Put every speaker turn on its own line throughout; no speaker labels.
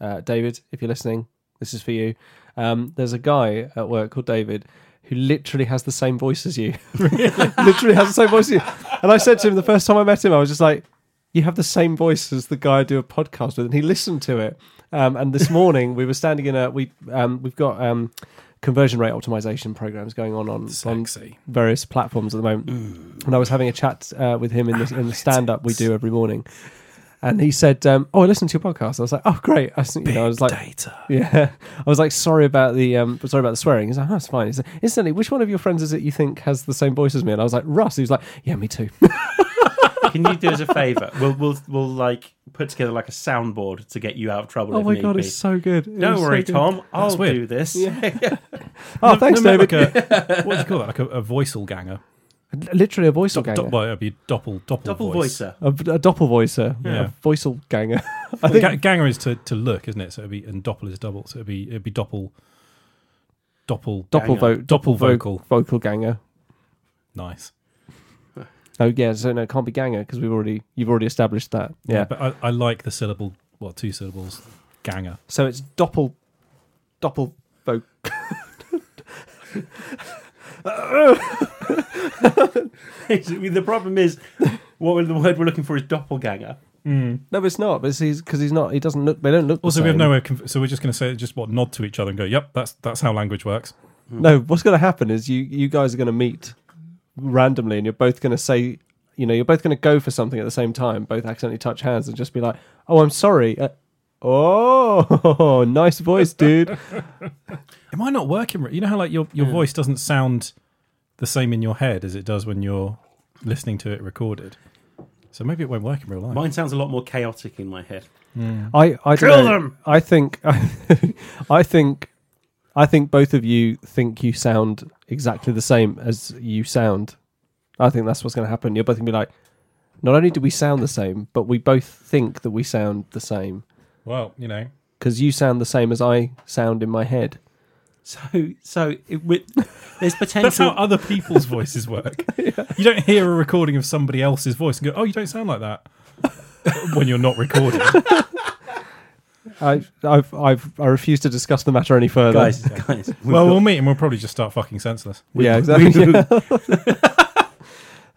uh, David, if you're listening, this is for you. Um, there's a guy at work called David who literally has the same voice as you. literally has the same voice as you. And I said to him the first time I met him, I was just like, you have the same voice as the guy I do a podcast with, and he listened to it. Um, and this morning we were standing in a we um, we've got um, conversion rate optimization programs going on on, on
Sexy.
various platforms at the moment. And I was having a chat uh, with him in the, in the stand up we do every morning, and he said, um, "Oh, I listened to your podcast." I was like, "Oh, great!" I, s- you know, I was like,
Data.
yeah, I was like, sorry about the um, sorry about the swearing. He's like, that's fine. He's like, instantly, which one of your friends is it you think has the same voice as me? And I was like, Russ. He was like, yeah, me too.
Can you do us a favour? We'll we'll we'll like put together like a soundboard to get you out of trouble.
oh
if
my
need
god,
be.
it's so good. It
Don't
was so
worry,
good.
Tom. I'll
weird.
do this.
Oh, thanks,
No, no,
David.
Like a, what do you call that? Like a, a voiceal ganger.
Literally a voiceal
Do,
ganger.
well, it'd be doppel doppel
Double
voice.
voicer.
A, a doppelvoicer.
Yeah.
A voiceal ganger. I
Ga-
think
ganger is to, to look, isn't it? So it'd be and doppel is double. So it'd be it'd be doppel doppel
doppelvo-
doppel vocal.
vocal ganger.
Nice.
Oh yeah, so no, it can't be ganger because we've already you've already established that. Yeah.
but I, I like the syllable. Well, two syllables. Ganger.
So it's doppel doppel vocal.
the problem is, what we're- the word we're looking for is doppelganger.
No, it's not. But it's because he's not. He doesn't look. They don't look. the
Also, we have
same.
no way. Of conf- so we're just going to say just what nod to each other and go. Yep, that's that's how language works.
No, what's going to happen is you you guys are going to meet randomly, and you're both going to say, you know, you're both going to go for something at the same time, both accidentally touch hands, and just be like, "Oh, I'm sorry." Uh, oh, nice voice, dude.
Am I not working? right? You know how like your your voice doesn't sound the same in your head as it does when you're listening to it recorded. So maybe it won't work in real life.
Mine sounds a lot more chaotic in my head.
I I
Kill
don't know.
them!
I think I think I think both of you think you sound exactly the same as you sound. I think that's what's going to happen. You're both going to be like, not only do we sound the same, but we both think that we sound the same.
Well, you know,
because you sound the same as I sound in my head.
So so it, with, there's potential.
that's how other people's voices work. You don't hear a recording of somebody else's voice and go, "Oh, you don't sound like that." when you're not recorded,
I, I've, I've, I refuse to discuss the matter any further.
guys guys. we've
well,
got-
we'll meet and we'll probably just start fucking senseless.
yeah, exactly.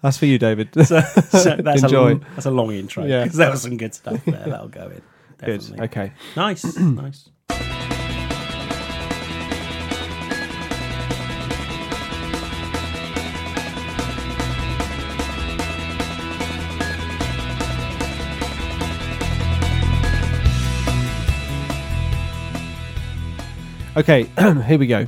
That's for you, David.
so that's
Enjoy.
A long, that's a long intro.
Yeah.
because that was some good stuff there. That'll go in.
Good.
Definitely.
Okay.
Nice, nice.
Okay. Here we go.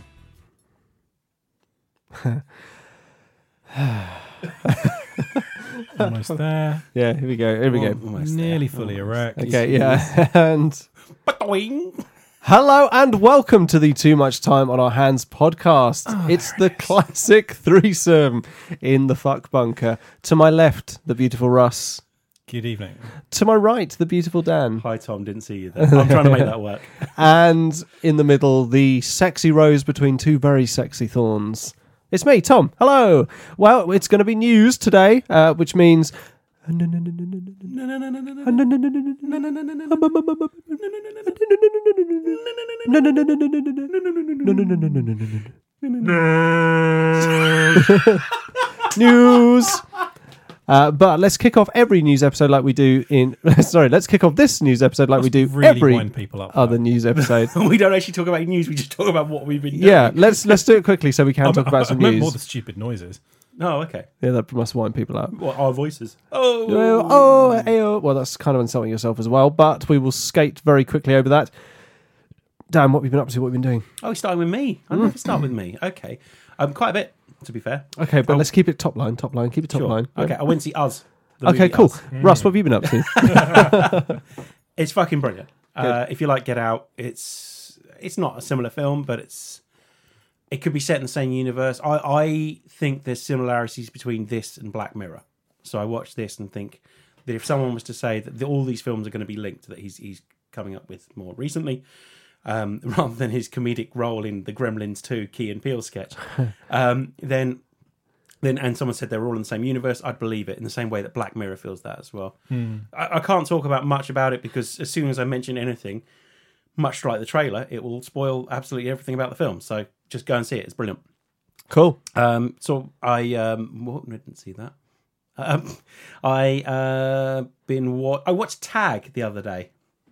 Almost there,
Yeah. Here we go. Here we go.
Almost there.
nearly fully erect.
Okay. Yeah. and
Ba-doing.
hello and welcome to the Too Much Time on Our Hands podcast. it's the classic threesome in the fuck bunker. To my left, the beautiful Russ.
Good evening.
To my right, the beautiful Dan.
Hi Tom, didn't see you there. I'm trying to make that work.
and in the middle, the sexy rose between two very sexy thorns. It's me, Tom. Hello. Well, it's going to be news today, uh, which means. news. Uh, but let's kick off every news episode like we do in. Sorry, let's kick off this news episode like we do
really
every
wind people up.
other news episode.
we don't actually talk about news. We just talk about what we've been doing.
yeah, let's let's do it quickly so we can talk
I,
about some
meant more the
news.
stupid noises.
Oh, okay.
Yeah, that must wind people up.
What our voices? Oh,
Well, oh, ayo. well, that's kind of insulting yourself as well. But we will skate very quickly over that. Dan, what have you been up to? What have you been doing?
Oh, he's starting with me. I never start with me. Okay. Um, quite a bit, to be fair.
Okay, but
Oh.
Uh, let's keep it top line. Top line. Keep it top
Sure.
line. Yeah.
Okay, I went to see Us. the
Okay.
movie
Cool. Mm.
Us.
Russ, what have you been up to?
It's fucking brilliant. Uh, if you like Get Out, it's it's not a similar film, but it's it could be set in the same universe. I, I think there's similarities between this and Black Mirror. So I watch this and think that if someone was to say that the, all these films are going to be linked, that he's he's coming up with more recently, um, rather than his comedic role in the Gremlins 2 Key and Peele sketch, um, then then and someone said they're all in the same universe, I'd believe it in the same way that Black Mirror feels that as well. I, I can't talk about much about it because as soon as I mention anything, much like the trailer, it will spoil absolutely everything about the film. So just go and see it. It's brilliant.
Cool.
Um, so I um, well, I didn't see that. Um, I uh, been what I watched Tag the other day.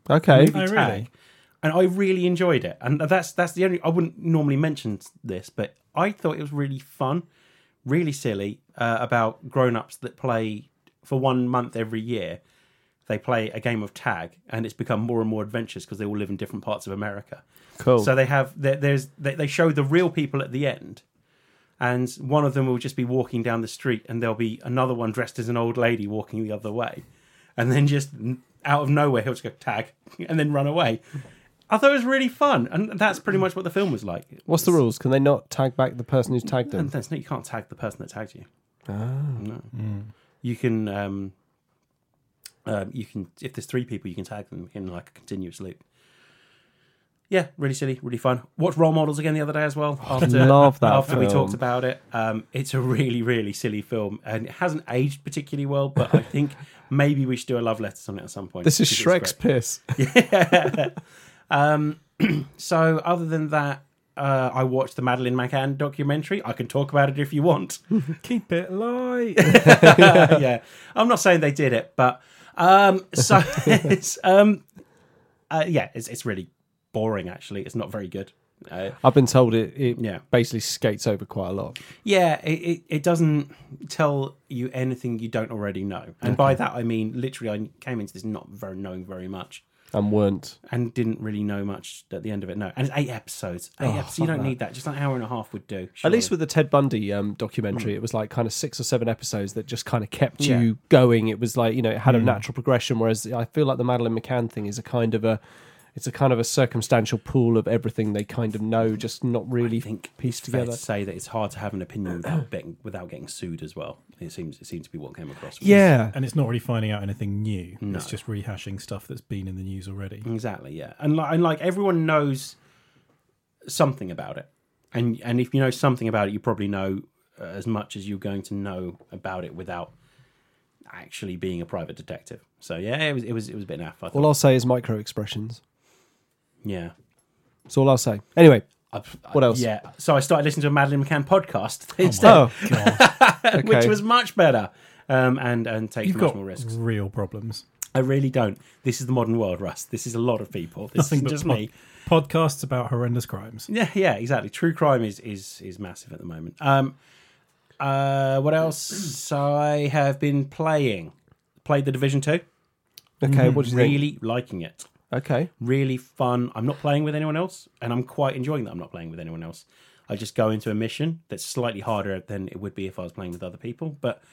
Okay.
movie
Oh,
Tag,
really?
and I really enjoyed it. And that's that's the only I wouldn't normally mention this, but I thought it was really fun, really silly uh, about grown ups that play for one month every year. They play a game of tag, and it's become more and more adventurous because they all live in different parts of America.
Cool.
So they have there, there's they, they show the real people at the end, and one of them will just be walking down the street, and there'll be another one dressed as an old lady walking the other way, and then just n- out of nowhere he'll just go tag and then run away. I thought it was really fun, and that's pretty much what the film was like.
What's the rules? Can they not tag back the person who's tagged
And
them?
that's no, you can't tag the person that tagged you.
Ah.
No.
Hmm.
You can. Um, um, you can if there's three people, you can tag them in like a continuous loop. Yeah, really silly, really fun. Watch role models again the other day as well. After,
Oh, love that
After we
film.
talked about it, um, it's a really, really silly film, and it hasn't aged particularly well. But I think maybe we should do a love letter on it at some point.
This is
because it's
Shrek's
great.
piss.
Um, so other than that, uh, I watched the Madeline McCann documentary. I can talk about it if you want.
Keep it light.
yeah, I'm not saying they did it, but um, so it's um, uh, yeah, it's it's really boring. Actually, it's not very good. Uh,
I've been told it, it
Yeah.
basically skates over quite a lot.
yeah, it, it it doesn't tell you anything you don't already know, and by that I mean literally, I came into this not very knowing very much.
And weren't.
And didn't really know much at the end of it. No, and it's eight episodes. Eight episodes. You don't need that. Just an hour and a half would do.
Oh, At
surely. Hmm.
least with the Ted Bundy um, documentary, it was like kind of six or seven episodes that just kind of kept
Yeah. Hmm.
you going. It was like you know it had a natural progression. Whereas I feel like the Madeline McCann thing is a kind of a, it's a kind of a circumstantial pool of everything they kind of know, just not really
I think
pieced
it's fair
together.
to say that it's hard to have an opinion without being, without getting sued as well. It seems it seems to be what came across. uh,
Yeah,
And it's not really finding out anything new. It's just rehashing stuff that's been in the news already.
Exactly, yeah. And like, and like everyone knows something about it. And and if you know something about it, you probably know uh, as much as you're going to know about it without actually being a private detective. So yeah, it was it was it was a bit naff. I thought.
all I'll say is micro expressions.
yeah.
That's all I'll say. Anyway,
I- I-
What else?
Yeah. So I started listening to a Madeline McCann podcast instead,
oh
which
okay.
was much better. Um, and and takes
You've
much
got
more risks.
real problems.
I really don't. This is the modern world, Russ. This is a lot of people. This
Nothing
isn't
but
just
pod-
me.
podcasts about horrendous crimes.
Yeah, yeah, exactly. True crime is is is massive at the moment. Um, uh, what else? I have been playing, played the Division Two.
okay. What do you think?
Really liking it.
Okay,
Really fun. I'm not playing with anyone else, and I'm quite enjoying that. I'm not playing with anyone else. I just go into a mission that's slightly harder than it would be if I was playing with other people, but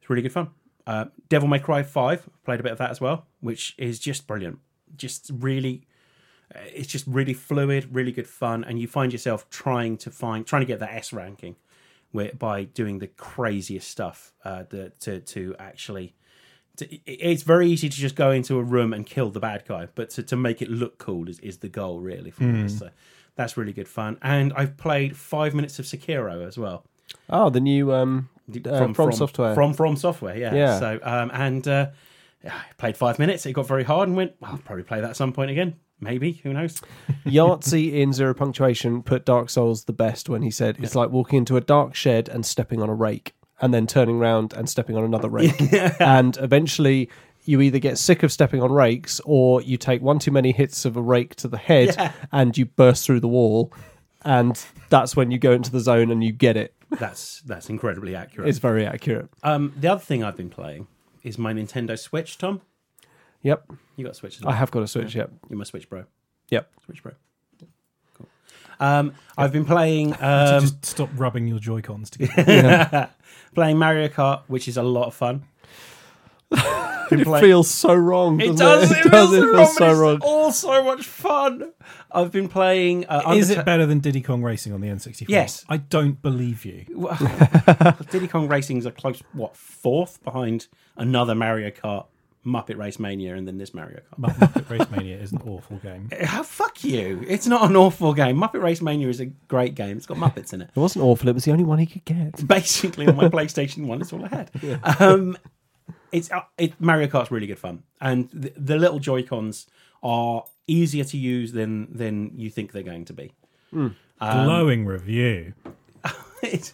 it's really good fun. Uh, Devil May Cry Five played a bit of that as well, which is just brilliant. Just really uh, it's just really fluid, really good fun, and you find yourself trying to find, trying to get that S ranking, where, by doing the craziest stuff. Uh, the, to to actually, to, it- it's very easy to just go into a room and kill the bad guy, but to, to make it look cool is, is the goal really for
Hmm.
this. So that's really good fun. And I've played five minutes of Sekiro as well
oh the new um uh, from, software.
from From Software, yeah.
Yeah.
So um, and uh, I played five minutes. It got very hard and went. "Well, I'll probably play that at some point again. Maybe who knows.
Yahtzee in Zero Punctuation put Dark Souls the best when he said it's like walking into a dark shed and stepping on a rake and then turning round and stepping on another rake. And eventually you either get sick of stepping on rakes or you take one too many hits of a rake to the head and you burst through the wall. And that's when you go into the zone and you get it.
That's that's incredibly accurate.
It's very accurate.
Um, the other thing I've been playing is my Nintendo Switch. Tom,
Yep.
you got a Switch? as
I
well?
have got a Switch. Yep.
You're my Switch Bro.
Yep.
Switch Bro. Cool. Um, I've been playing um,
just stop rubbing your Joy Cons together.
playing Mario Kart, which is a lot of fun. Been
It
play-
feels so wrong.
It
doesn't
does. It, feels
It
wrong,
feels so
but it's
wrong.
all so much fun. I've been playing. Uh,
Is
Underta-
it better than Diddy Kong Racing on the N64?
Yes.
I don't believe you.
Diddy Kong Racing's a close what fourth behind another Mario Kart, Muppet Race Mania, and then this Mario Kart.
Muppet Muppet Race Mania is an awful game.
Ah, fuck you! It's not an awful game. Muppet Race Mania is a great game. It's got Muppets in it.
It wasn't awful. It was the only one he could get.
Basically, on my PlayStation One, it's all I had. Um, it's uh, it, Mario Kart's really good fun, and the, the little Joy Cons are easier to use than than you think they're going to be. Um,
glowing review.
It's-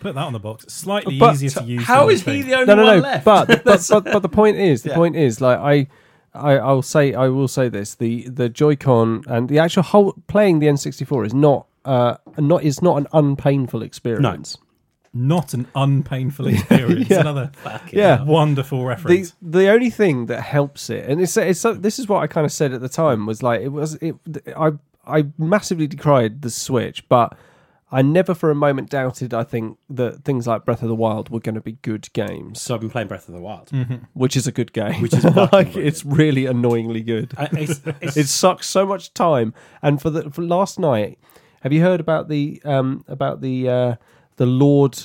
Put that on the box. Slightly
But-
easier to use.
How
than
is
you
he
think.
the only
no, no,
one
no.
left?
But, but but but the point is, the
Yeah.
point is, like I, I, I'll say, I will say this: the the Joy-Con and the actual whole playing the N64 is not, uh, not is not an unpainful experience.
not an unpainful experience?
Yeah.
Another
Yeah.
wonderful reference.
The the only thing that helps it, and it's it's so- this is what I kind of said at the time was like it was it I I massively decried the Switch, but I never for a moment doubted. I think that things like Breath of the Wild were going to be good games,
So I've been playing Breath of the Wild.
which is a good game, which is like it's really annoyingly good.
I- Uh, it's- it's-
It sucks so much time. And for the for last night, have you heard about the um about the uh the Lord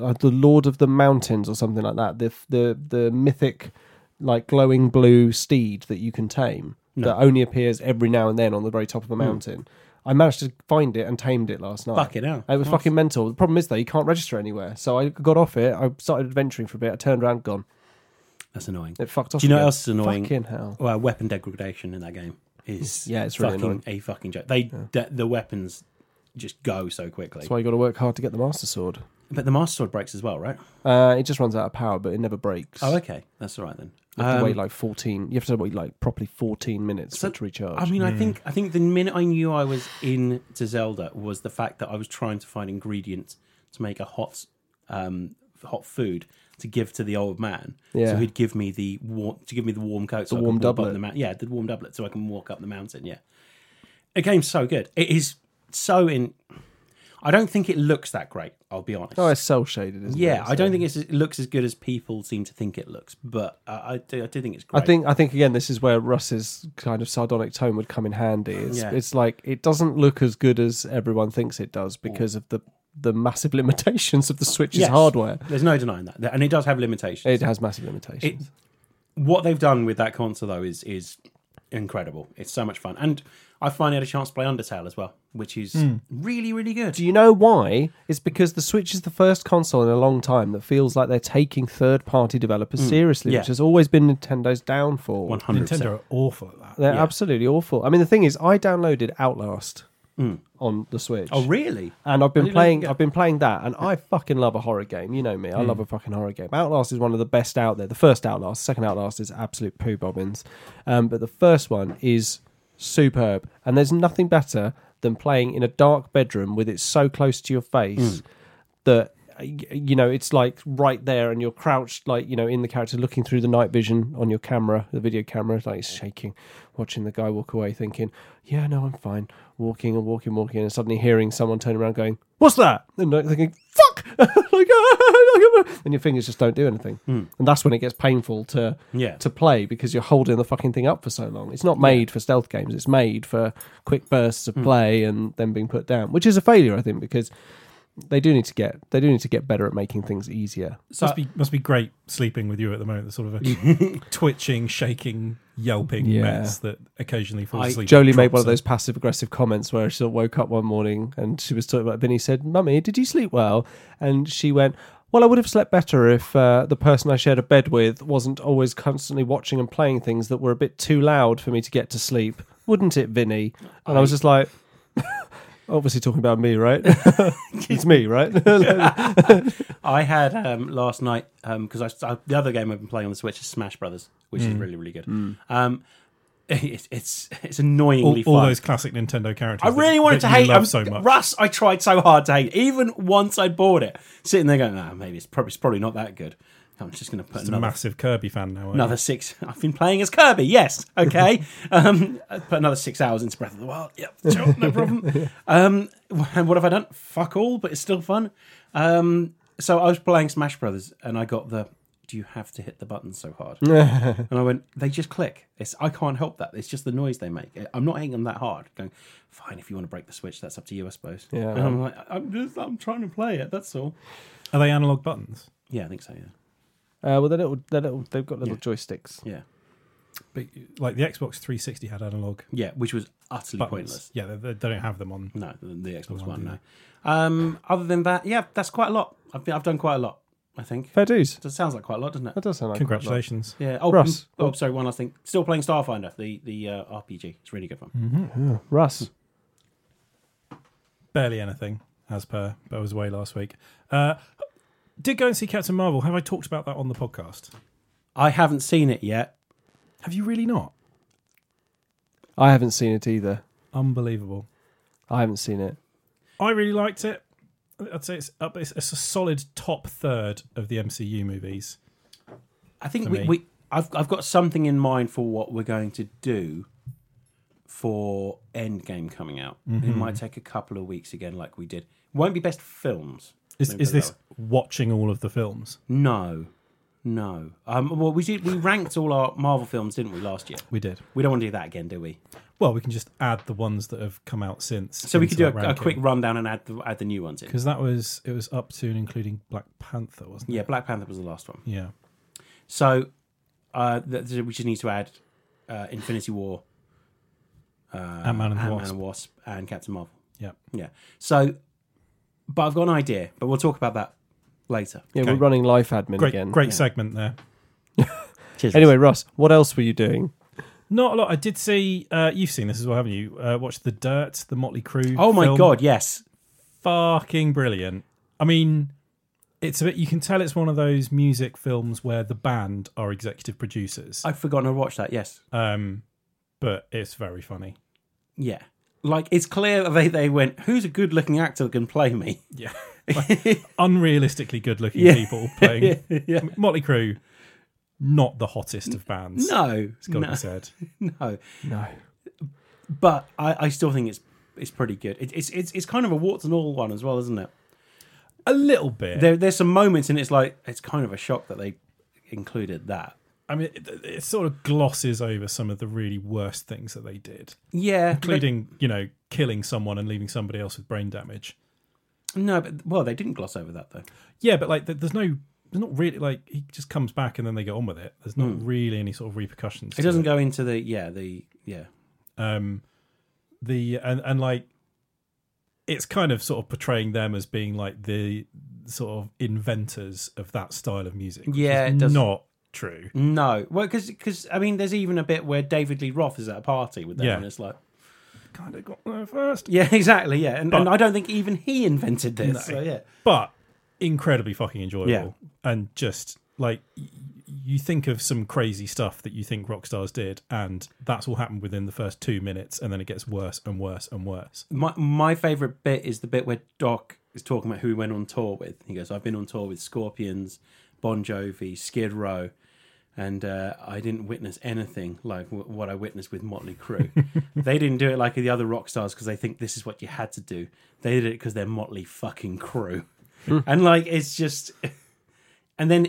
uh, the Lord of the Mountains or something like that? The the the mythic like glowing blue steed that you can tame that only appears every now and then on the very top of a mountain. I managed to find it and tamed it last night.
Hmm. Fucking hell.
It was fucking mental. The problem is though, you can't register anywhere. So I got off it. I started adventuring for a bit. I turned around, gone.
that's annoying.
It fucked off.
Do you know
again.
what else is annoying?
Fucking hell.
Well, weapon degradation in that game is
Yeah, it's really
fucking
annoying.
a fucking joke. They the, the weapons just go so quickly.
That's why you got to work hard to get the Master Sword.
But the master sword breaks as well, right?
Uh, it just runs out of power, but it never breaks.
Oh, okay, that's all right then.
You have to
Um,
wait like fourteen. You have to wait like properly fourteen minutes
So-
for it to recharge.
I mean, I think I think the minute I knew I was in to Zelda was the fact that I was trying to find ingredients to make a hot, um, hot food to give to the old man.
Yeah.
So he'd give me the warm to give me the warm coat, so I
warm
can walk up
doublet.
The mount yeah, the warm doublet, so I can walk up the mountain. Yeah, the game's so good. It is so in. I don't think it looks that great. I'll be honest.
oh, it's cell shaded, isn't it?
yeah, I
So-
don't think it's, it looks as good as people seem to think it looks, but uh, I do. I do think it's
I
great.
think I think again, this is where Russ's kind of sardonic tone would come in handy. It's
Yeah.
it's like it doesn't look as good as everyone thinks it does because of the the massive limitations of the Switch's
Yes.
hardware.
there's no denying that, and it does have limitations.
It has massive limitations.
what they've done with that console though is is incredible. It's so much fun, and I finally had a chance to play Undertale as well, which is
Hmm.
really really good.
Do you know why? It's because the Switch is the first console in a long time that feels like they're taking third party developers seriously,
yeah.
which has always been Nintendo's downfall.
One hundred
Nintendo
percent.
are awful at that.
They're absolutely awful. I mean, the thing is, I downloaded Outlast on the Switch,
Mm. Oh really?
and I've been
didn't
playing.
get- Mm.
I've been playing that, and I fucking love a horror game. You know me, I love a fucking horror game. Outlast is one of the best out there. The first Outlast, second Outlast is absolute poo bobbins, um, but the first one is superb. And there's nothing better than playing in a dark bedroom with it so close to your face
Mm.
that uh, y- you know it's like right there and you're crouched like you know in the character looking through the night vision on your camera the video camera like it's shaking watching the guy walk away thinking yeah no i'm fine walking and walking walking and suddenly hearing someone turn around going what's that and like, thinking fuck like, and your fingers just don't do anything and that's when it gets painful to
Yeah.
to play because you're holding the fucking thing up for so long it's not made for stealth games it's made for quick bursts of play and then being put down which is a failure i think because they do need to get they do need to get better at making things easier.
must be must be great sleeping with you at the moment. The sort of a twitching, shaking, yelping
Yeah.
mess that occasionally falls
I-
asleep.
Jolie
and
made one
drops
of those passive aggressive comments where she sort of woke up one morning and she was talking about Vinny said, "Mummy, did you sleep well?" And she went, "Well, I would have slept better if uh, the person I shared a bed with wasn't always constantly watching and playing things that were a bit too loud for me to get to sleep, wouldn't it, Vinny?" And I was just like. Obviously, talking about me, right? it's me, right?
I had um, last night because I, I- the other game I've been playing on the Switch is Smash Brothers, which
Hmm.
is really really good. Um, it, it's it's annoyingly
All, all
fun.
those classic Nintendo characters.
I
that-
really wanted
that
to
you
hate
love
I'm-
so much.
Russ, I tried so hard to hate. Even once I bought it, sitting there going, "Ah, maybe it's probably it's probably not that good." I'm just going to put
a
another
massive Kirby fan now. aren't
another six. I've been playing as Kirby. Yes, okay. um, I put another six hours into Breath of the Wild. Yep, sure, no problem. Um, and what have I done? Fuck all, but it's still fun. Um, so I was playing Smash Brothers, and I got the. Do you have to hit the button so hard? and I went. They just click. It's I can't help that. It's just the noise they make. I'm not hitting them that hard. Going fine. If you want to break the switch, that's up to you, I suppose.
Yeah.
And I'm like, I'm just I'm trying to play it. That's all.
you? Are they analog buttons?
Yeah, I think so. Yeah.
Uh, well, they're little, they're little, they've got little joysticks.
Yeah.
But like the Xbox 360 had analog
Yeah, which was utterly
buttons.
pointless.
Yeah, they, they don't have them on.
No, the, the Xbox One. No. Um, other than that, yeah, that's quite a lot. I've, been, I've done quite a lot. I think.
Fair dues.
That sounds like quite a lot, doesn't it?
That does sound like quite a lot.
Congratulations.
Yeah. Oh,
Russ.
mm, oh, sorry. One last thing. Still playing Starfinder, the the uh, RPG. It's a really good one.
Mm-hmm.
Russ.
Barely anything, as per. But I was away last week. Uh, did go and see Captain Marvel. Have I talked about that on the podcast?
I haven't seen it yet.
Have you really not?
I haven't seen it either.
Unbelievable.
I haven't seen it.
I really liked it. I'd say it's up. It's, it's a solid top third of the MCU movies.
I think
For
we,
me.
we I've I've got something in mind for what we're going to do for Endgame coming out.
Mm-hmm.
It might take a couple of weeks again, like we did. Won't be best films.
Is,
Let me
is
put it
this
that
watching all of the films?
way. No, no. Um, well, we did. We ranked all our Marvel films, didn't we, last year?
We did.
We don't want to do that again, do we?
Well, we can just add the ones that have come out since.
So we could do a, a quick rundown and add the, add the new ones in.
because that was it was up to and including Black Panther, wasn't it?
Yeah, Black Panther was the last one.
Yeah.
So uh, th- th- we just need to add uh, Infinity War, uh,
Ant-Man and the
Ant-Man
Wasp.
and Wasp, and Captain Marvel.
Yeah.
Yeah. So, but I've got an idea, but we'll talk about that later.
Yeah,
Okay.
we're running life admin
Great,
again.
great segment there.
Cheers.
Anyway, Russ, what else were you doing?
Not a lot. I did see. Uh, you've seen this as well, haven't you? Uh, watched the Dirt, the Motley Crue.
oh my
film.
god, yes.
fucking brilliant. I mean, it's a bit. You can tell it's one of those music films where the band are executive producers.
I've forgotten to watch that. Yes.
Um, but it's very funny.
Yeah. Like it's clear they they went. Who's a good looking actor that can play me?
Yeah, unrealistically good-looking people playing Motley Crue. Not the hottest of bands.
No,
it's got to
no,
be said.
no.
No.
But I, I still think it's it's pretty good. It, it's it's it's kind of a warts and all one as well, isn't it?
A little bit.
There there's some moments and it's like it's kind of a shock that they included that.
I mean, it, it sort of glosses over some of the really worst things that they did,
Yeah, but-
including you know killing someone and leaving somebody else with brain damage.
no, but well, they didn't gloss over that though.
Yeah, but like, th- there's no, there's not really like he just comes back and then they get on with it. There's not really any sort of repercussions.
Hmm. It doesn't go into the yeah the yeah
Um, the and and like, it's kind of sort of portraying them as being like the sort of inventors of that style of music. which
Yeah,
is
it doesn't-
not true.
No, well, because I mean, there's even a bit where David Lee Roth is at a party with them,
Yeah.
and it's like,
Kind of got there first.
yeah, exactly, yeah, and, and
But-
I don't think even he invented this.
No.
So, yeah,
but incredibly fucking enjoyable
Yeah.
and just like y- you think of some crazy stuff that you think rock stars did and that's all happened within the first two minutes and then it gets worse and worse and worse
my my favorite bit is the bit where Doc is talking about who he went on tour with. He goes, "I've been on tour with Scorpions, Bon Jovi, Skid Row." And uh, I didn't witness anything like w- what I witnessed with Motley Crue. they didn't do it like the other rock stars because they think this is what you had to do. They did it because they're Motley fucking Crue, and like it's just. And then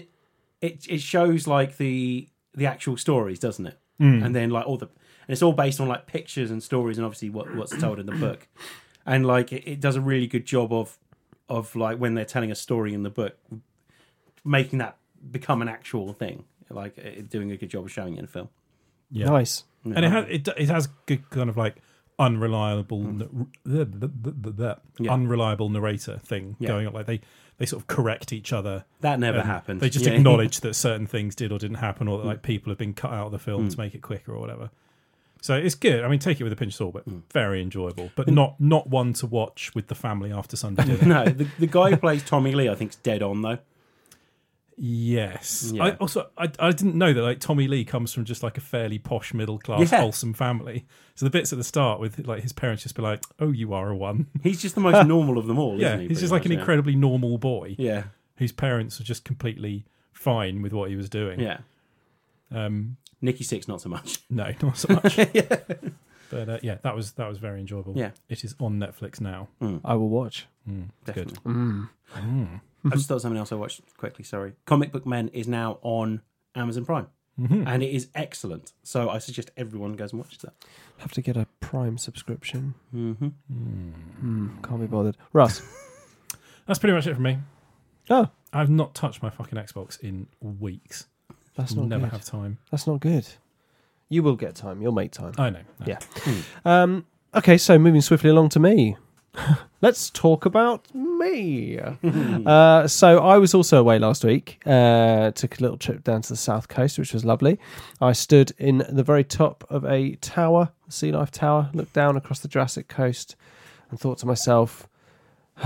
it it shows like the the actual stories, doesn't it? And then like all the and it's all based on like pictures and stories and obviously what what's told in the book. And like it, it does a really good job of of like when they're telling a story in the book, making that become an actual thing. Like it, doing a good job of showing it in film.
Yeah.
Nice.
and it has it, it has good kind of like unreliable n- the- the- the- the- the
Hmm. Yeah.
unreliable narrator thing
Yeah.
going on like they they sort of correct each other
That never
and
happened.
they just
Yeah.
acknowledge that certain things did or didn't happen or that like people have been cut out of the
Hmm.
film to make it quicker or whatever so it's good i mean take it with a pinch of salt but
Hmm.
very enjoyable but not not one to watch with the family after sunday dinner
no, the, the guy who plays Tommy Lee, I think's dead on though.
yes
Yeah.
i also I, I didn't know that like tommy lee comes from just like a fairly posh middle class
Yeah.
wholesome family so the bits at the start with like his parents just be like oh you are a one
He's just the most normal of them all.
yeah
isn't
he's
he, pretty
just like
much,
an
yeah.
incredibly normal boy
Yeah,
whose parents are just completely fine with what he was doing
yeah.
um
Nikki Six, not so much.
No, not so much. But uh, yeah, that was that was very enjoyable.
Yeah.
it is on Netflix now. Mm,
I will watch.
Oh, Good.
Mm,
Mm.
Definitely. I just thought of something else I watched quickly. Sorry, Comic Book Men is now on Amazon Prime,
Mm-hmm. Hmm.
and it is excellent. So I suggest everyone goes and watches that.
Have to get a Prime subscription. Mm-hmm. can't be bothered. Russ.
Mm. That's pretty much it for me.
oh,
I've not touched my fucking Xbox in weeks.
that's
I'll
not
never
good.
have time.
That's not good. You will get time. You'll make time.
I know. no.
Yeah. Um, okay, so moving swiftly along to me. let's talk about me.
Mm.
uh, so I was also away last week. Uh, took a little trip down to the south coast, which was lovely. I stood in the very top of a tower, sea life tower, looked down across the Jurassic coast, and thought to myself,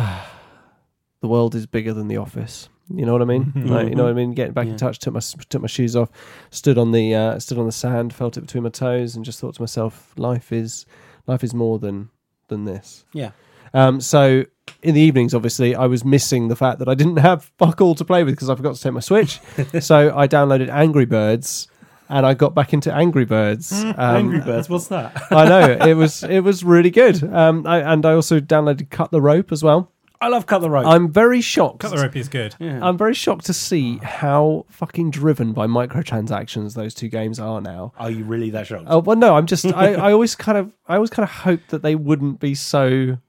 "The world is bigger than the office." You know what I mean? Like, you know what I mean? Getting back in
Yeah.
touch, took my took my shoes off, stood on the uh, stood on the sand, felt it between my toes, and just thought to myself, "Life is life is more than than this."
Yeah.
Um, so in the evenings, obviously, I was missing the fact that I didn't have fuck all to play with because I forgot to take my Switch. so I downloaded Angry Birds, and I got back into Angry Birds. Um,
Angry Birds, what's that?
I know it was it was really good. Um, I, and I also downloaded Cut the Rope as well.
I love Cut the Rope.
I'm very shocked.
Cut the rope is good.
yeah.
I'm very shocked to see how fucking driven by microtransactions those two games are now.
Are you really that shocked?
Uh, well, no, I'm just I, I always kind of I always kind of hoped that they wouldn't be so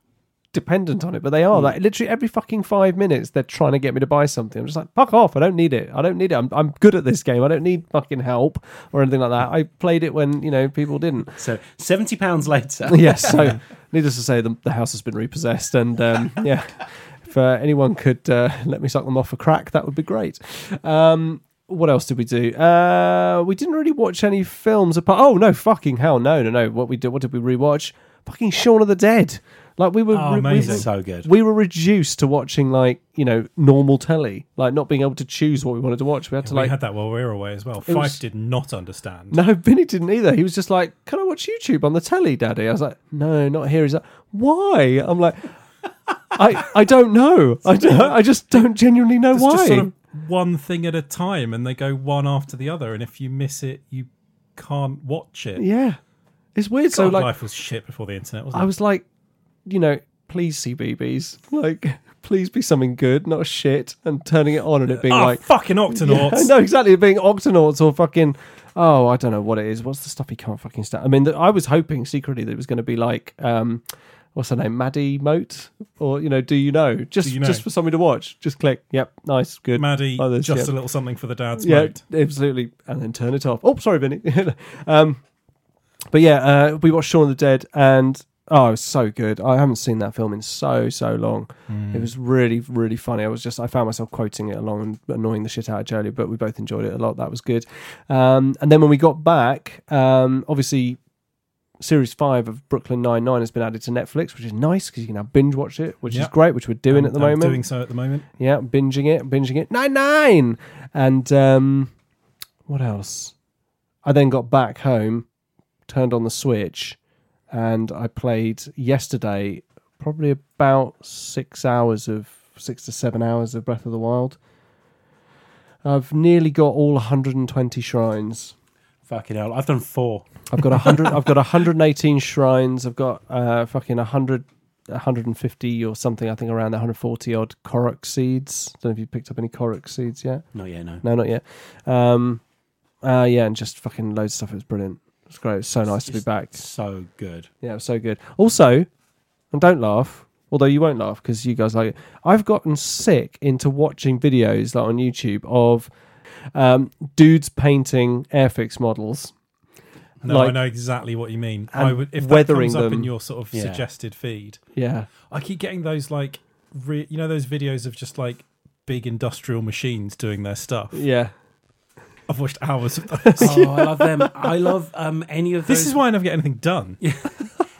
dependent on it, but they are. Like literally every fucking five minutes, they're trying to get me to buy something. I'm just like, fuck off! I don't need it. I don't need it. I'm I'm good at this game. I don't need fucking help or anything like that. I played it when you know people didn't.
So seventy pounds later.
Yes. So needless to say, the, the house has been repossessed, and um, yeah. If uh, anyone could uh, let me suck them off a crack, that would be great. Um, what else did we do? Uh, we didn't really watch any films apart. Oh no, fucking hell, no, no, no. What we did? What did we rewatch? Fucking Shaun of the Dead. Like we were,
Oh,
we- we
amazing.
were-
so good.
we were reduced to watching like you know normal telly, like not being able to choose what we wanted to watch. We had to
we
like
had that while we were away as well.
It
Fife
was-
did not understand.
no, Binny didn't either. He was just like, "Can I watch YouTube on the telly, Daddy?" I was like, "No, not here." He's like, "Why?" I'm like, "I I don't know. I don't, I just don't genuinely know
It's
why."
just sort of one thing at a time, and they go one after the other. And if you miss it, you can't watch it.
yeah, it's weird. so
God,
like,
life was shit before the internet, wasn't
I
it?
was like, you know, please CBBS, like, please be something good, not shit, and turning it on and it being
Ah,
like.
fucking Octonauts.
Yeah, no, exactly. Being Octonauts or fucking oh, I don't know what it is. What's the stuff he can't fucking stand? I mean, th I was hoping secretly that it was going to be like um, what's her name, Maddie Moat, or you know, do you know? Just
You Know?
just for something to watch. Just click. Yep, nice, good.
Maddie,
Like this,
just
yeah.
a little something for the dad's
yeah,
mode.
absolutely, and then turn it off. Oh, sorry, Vinny. um, but yeah, uh, we watched Shaun of the Dead, and oh, it was so good. I haven't seen that film in so so long. It was really really funny. I was just I found myself quoting it along and annoying the shit out of Jolie, but we both enjoyed it a lot. That was good. Um, and then when we got back, um, obviously. Series five of Brooklyn Nine Nine has been added to Netflix, which is nice because you can now binge watch it, which is
Yep.
great, which we're doing
I'm-
at the
I'm
moment.
Doing so at the moment.
Yeah, binging it, binging it. Nine nine. And um what else? I then got back home, turned on the Switch, and I played yesterday probably about six hours of six to seven hours of Breath of the Wild. I've nearly got all 120 shrines.
Fucking hell. I've done four.
I've got 100 I've got 118 shrines. I've got uh fucking 100 150 or something, I think around 140 odd Korok seeds. Don't know if you picked up any Korok seeds yet.
No, yeah, no.
No, not yet. Um uh yeah, and just fucking loads of stuff. It was brilliant. It's great. It's so nice to be
It's
back.
So good.
Yeah, it was so good. Also, and don't laugh, although you won't laugh because you guys like it. I've gotten sick into watching videos like on YouTube of um, dudes painting Airfix models.
No, I
Like-
know exactly what you mean.
And
I would if that
weathering
comes up
them.
in your sort of
Yeah.
suggested feed.
Yeah.
I keep getting those like, re- you know, those videos of just like big industrial machines doing their stuff.
Yeah.
I've watched hours of those.
Oh, I love them. I love um, any of those,
this is why I never get anything done.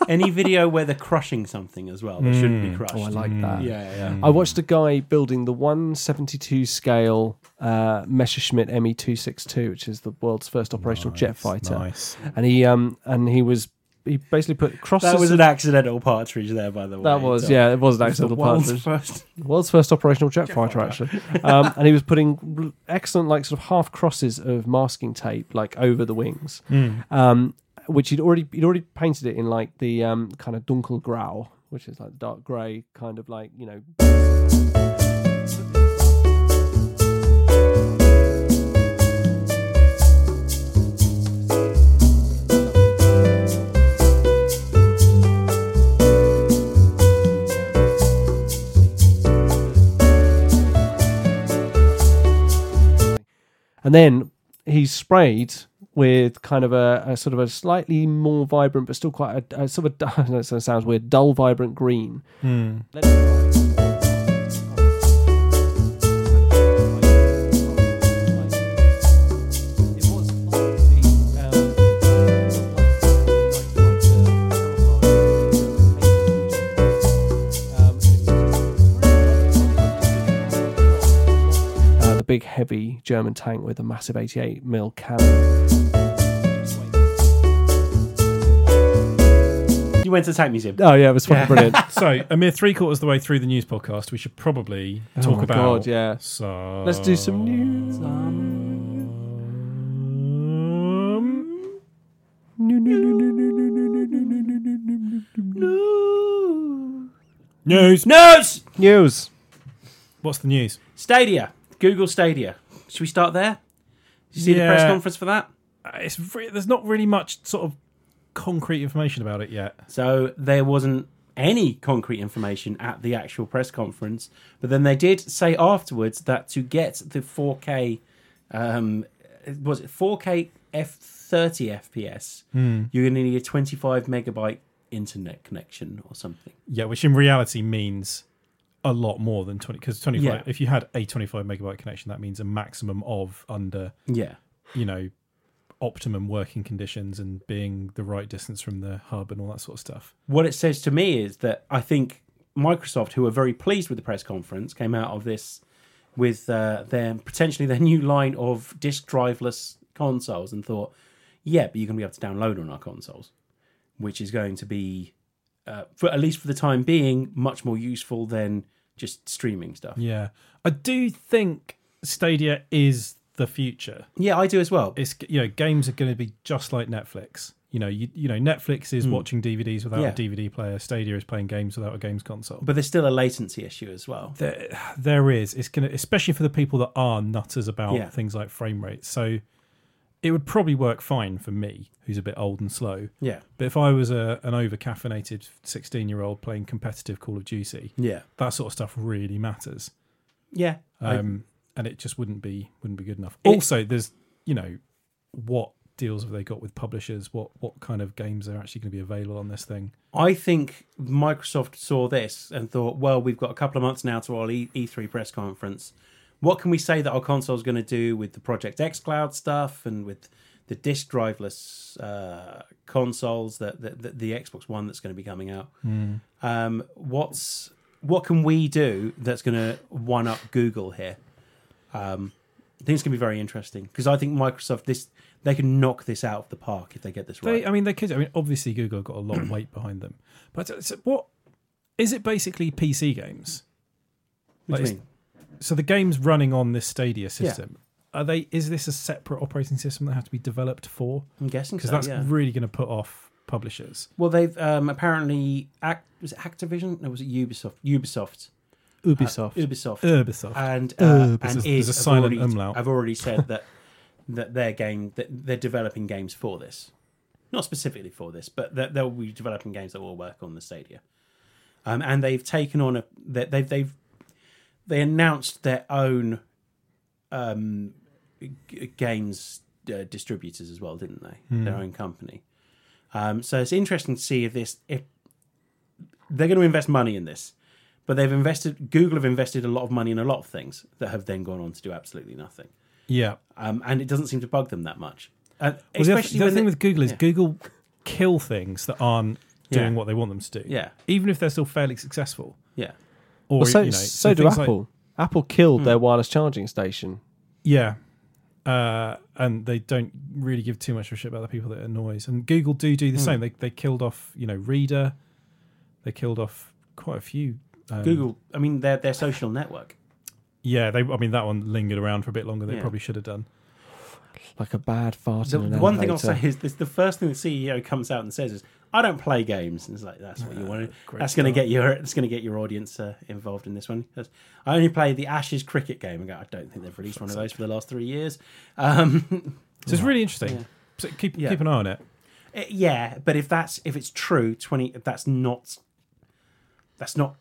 any video where they're crushing something as well. They shouldn't be crushed.
Oh, I like
Mm.
that.
yeah, yeah.
Hmm.
I watched a guy building the 172 scale uh, Messerschmitt ME 262, which is the world's first operational jet fighter.
Nice.
And he um and he was he basically put crosses.
That was an accidental partridge there, by the way.
that was
So-
yeah, it was an
It's the
accidental
world's
partridge.
first-
world's first operational jet fighter, actually. Um, and he was putting r- excellent, like, sort of half crosses of masking tape, like, over the wings,
Hmm.
um, which he'd already he'd already painted it in like the um, kind of dunkelgrau, which is like dark grey, kind of like you know. And then he sprayed with kind of a, a sort of a slightly more vibrant, but still quite a, a sort of I know it sounds weird, dull, vibrant green. Uh, the Big heavy German tank with a massive 88 mil cannon.
You went to the tank museum.
Oh yeah, it was fucking brilliant.
So, a mere three quarters of the way through the news podcast, we should probably talk
Oh my
about.
God, yeah.
So
Let's do some news.
Um,
No, no, no, no, no, no, no, no, no, no, no, no, no, no.
news.
News.
News.
What's the news?
Stadia. Google Stadia. Should we start there? Did you see the press
Yeah.
conference for that?
Uh, It's re- there's not really much sort of concrete information about it yet.
So there wasn't any concrete information at the actual press conference, but then they did say afterwards that to get the 4K, um, was it 4K F30 FPS, you're going to need a 25 megabyte internet connection or something.
Yeah, which in reality means a lot more than 20 because 25
Yeah.
if you had a 25 megabyte connection that means a maximum of under
Yeah,
you know optimum working conditions and being the right distance from the hub and all that sort of stuff
what it says to me is that I think Microsoft, who are very pleased with the press conference, came out of this with uh, their potentially their new line of disk driveless consoles and thought, yeah, but you're going to be able to download on our consoles, which is going to be, uh, for at least for the time being, much more useful than just streaming stuff. Yeah,
yeah i do think stadia is the future
I do as well.
it's you know games are going to be just like netflix you know you, you know netflix is watching dvds without
Hmm. Yeah.
a dvd player stadia is playing games without a games console
but there's still a latency issue as well.
there, there is. It's gonna, especially for the people that are nutters about
Yeah.
things like frame rates. So it would probably work fine for me, who's a bit old and slow.
Yeah,
But if I was a, an over caffeinated sixteen year old playing competitive Call of Duty,
yeah,
that sort of stuff really matters,
yeah. I-
um, and it just wouldn't be wouldn't be good enough.
It-
also, there's you know what deals have they got with publishers? What what kind of games are actually going to be available on this thing?
I think Microsoft saw this and thought, well, we've got a couple of months now to our E- E3 press conference. What can we say that our console's going to do with the Project X Cloud stuff and with the disk driveless uh, consoles that, that, that the Xbox One that's going to be coming out?
Hmm.
Um, what's what can we do that's going to one up Google here? Um, I think it's going to be very interesting because I think Microsoft this they can knock this out of the park if they get this right.
They, I mean, they could. I mean, obviously, Google have got a lot of weight behind them. But it's- what is it? Basically, PC games.
What do you
Like,
mean?
So the games running on this Stadia system are they? Is this a separate operating system that have to be developed for?
I'm guessing
Because
so,
that's
Uh, yeah.
really going to put off publishers.
Well, they've um, apparently Ac was it Activision? No, was it Ubisoft? Ubisoft.
Ubisoft.
Ubisoft.
Uh, Ubisoft.
and uh,
Uh,
and
there's a-
id
there's a
have
silent
already,
umlaut.
I've already said that that their game that they're developing games for this, not specifically for this, but that they'll be developing games that will work on the Stadia. Um, and they've taken on a they- they've they've they announced their own um, g- games uh, distributors as well, didn't they?
Hmm.
Their own company. Um, so it's interesting to see if this if they're going to invest money in this, but they've invested Google have invested a lot of money in a lot of things that have then gone on to do absolutely nothing,
yeah.
um, and it doesn't seem to bug them that much. And
Uh, Well, the other,
especially
the other
when
thing
they-
with Google is
yeah.
Google kill things that aren't doing
Yeah.
what they want them to do.
Yeah.
Even if they're still fairly successful.
yeah,
Or
Well, so
you know,
so do
things like-
Apple. Apple killed their wireless charging station.
Yeah. Uh, and they don't really give too much of a shit about the people that it annoys. And Google do do
Hmm.
the same. They they killed off you know Reader. They killed off quite a few. Um,
Google. I mean, their their social network.
Yeah, they. I mean that one lingered around for a bit longer than it
Yeah.
probably should have done.
Like a bad fart
The
in an
the one thing I'll
elevator.
say is this, the first thing the CEO comes out and says is, "I don't play games." And it's like that's what you want.
great
That's going to
start.
get your that's going to get your audience uh, involved in this one. He says, I only play the Ashes cricket game. I go, I don't think they've released one of those for the last three years. Um,
So it's really interesting.
Yeah.
So keep
Yeah.
keep an eye on it.
eh, yeah, but if that's if it's true, twenty if that's not that's not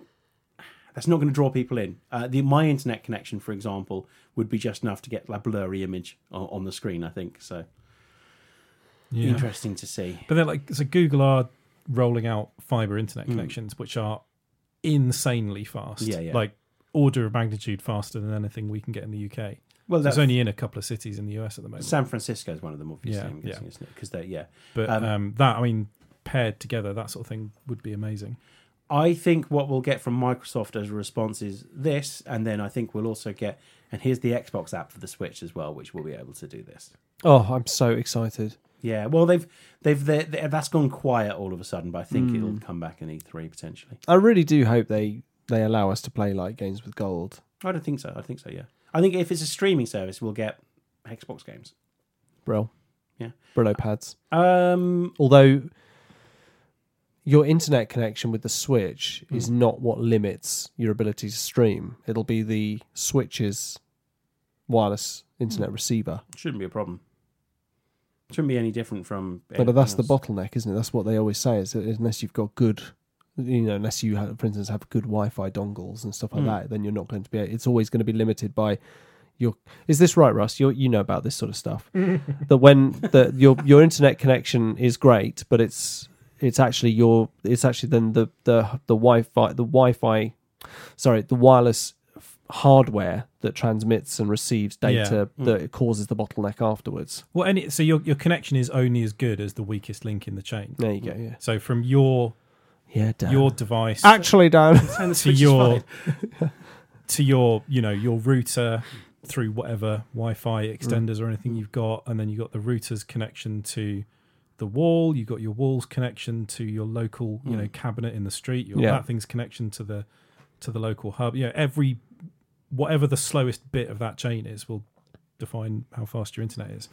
that's not going to draw people in. Uh, the my internet connection, for example, would be just enough to get a blurry image on, on the screen. I think so.
Yeah.
interesting to see.
But they're like, so Google are rolling out fiber internet connections, which are insanely fast.
Hmm. Yeah, yeah.
Like order of magnitude faster than anything we can get in the UK.
Well,
So it's
that's
only in a couple of cities in the US at the moment.
San Francisco is one of them, obviously.
Yeah,
I'm guessing,
yeah.
isn't it? Because they're yeah.
but
um,
um, that, I mean, paired together, that sort of thing would be amazing.
I think what we'll get from Microsoft as a response is this, and then I think we'll also get and here's the Xbox app for the Switch as well, which will be able to do this.
Oh, I'm so excited.
Yeah, well they've they've they they that's gone quiet all of a sudden, but I think it'll come back in E3 potentially.
I really do hope they they allow us to play like games with gold.
I don't think so. I think so. Yeah, I think if it's a streaming service, we'll get Xbox games.
Brill.
Yeah.
Brillo pads.
Um,
Although your internet connection with the Switch is not what limits your ability to stream. It'll be the Switch's wireless internet receiver.
shouldn't be a problem. Shouldn't be any different from.
No, but that's the
anything else.
bottleneck, isn't it? That's what they always say is that unless you've got good, you know, unless you, have, for instance, have good Wi-Fi dongles and stuff like that, then you're not going to be. It's always going to be limited by your. Is this right, Russ? You you know about this sort of stuff. that when the your your internet connection is great, but it's it's actually your it's actually then the the the Wi-Fi the Wi-Fi, sorry, the wireless f- hardware that transmits and receives data that causes the bottleneck afterwards.
Well, any, so your, your connection is only as good as the weakest link in the chain.
There you go. Yeah.
So from your
Yeah. Dan.
Uh,
your device
actually, Dan.
to your to your you know your router through whatever Wi-Fi extenders or anything you've got, and then you've got the router's connection to the wall. You've got your wall's connection to your local you know cabinet in the street. Your
Yeah.
that thing's connection to the to the local hub. You know every whatever the slowest bit of that chain is will define how fast your internet is.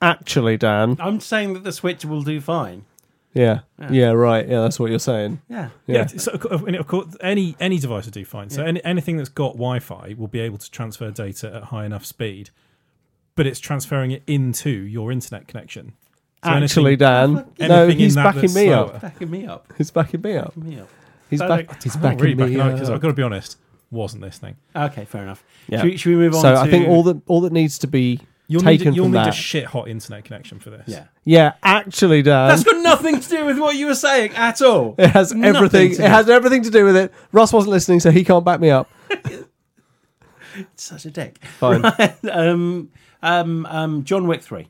actually dan
I'm saying that the Switch will do fine.
yeah. yeah right yeah that's what you're saying
Yeah.
yeah,
so of cour- and of course, any any device will do fine. So any, anything that's got Wi-Fi will be able to transfer data at high enough speed, but it's transferring it into your internet connection. So anything-
actually dan no
anything in
he's
that
backing
that's
me
slower.
up
Backing me up.
he's backing me up
Backing me up.
he's
I
back uh,
don't-
he's
I'm not
backing
really backing
me
up because I've
up
got to be honest, wasn't this thing?
Okay, fair enough.
Yeah.
Should, we, should we move on?
so
to...
i think all that all that needs to be
You'll
taken
need, you'll
from
need a
that
shit hot internet connection for this.
Yeah.
yeah actually dan
That's got nothing to do with what you were saying at all.
it has
Nothing
everything
to
it
do-
has everything to do with it russ wasn't listening so he can't back me up
Such a dick.
fine
um, um, um, John Wick three,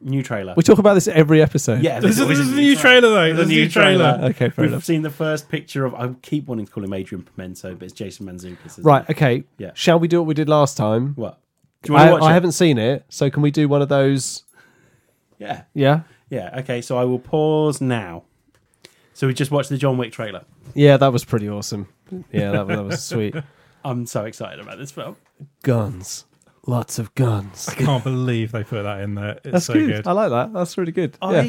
new trailer.
we talk about this every episode
yeah,
This is, this is a new trailer though. This is a new trailer.
okay fair
We've
enough
seen the first picture of. I keep wanting to call him Adrian Pimento, but it's Jason Manzukis. isn't
right
it?
okay
Yeah.
shall we do what we did last time
What? Do you want
I,
to watch
I
it?
haven't seen it so can we do one of those
Yeah.
yeah
Yeah. Okay. So I will pause now. So we just watched the John Wick trailer.
yeah that was pretty awesome yeah that, was- that was sweet
I'm so excited about this film.
guns. Lots of guns.
I can't believe they put that in there. It's
That's
so
good.
good.
I like that. That's really good.
I
yeah.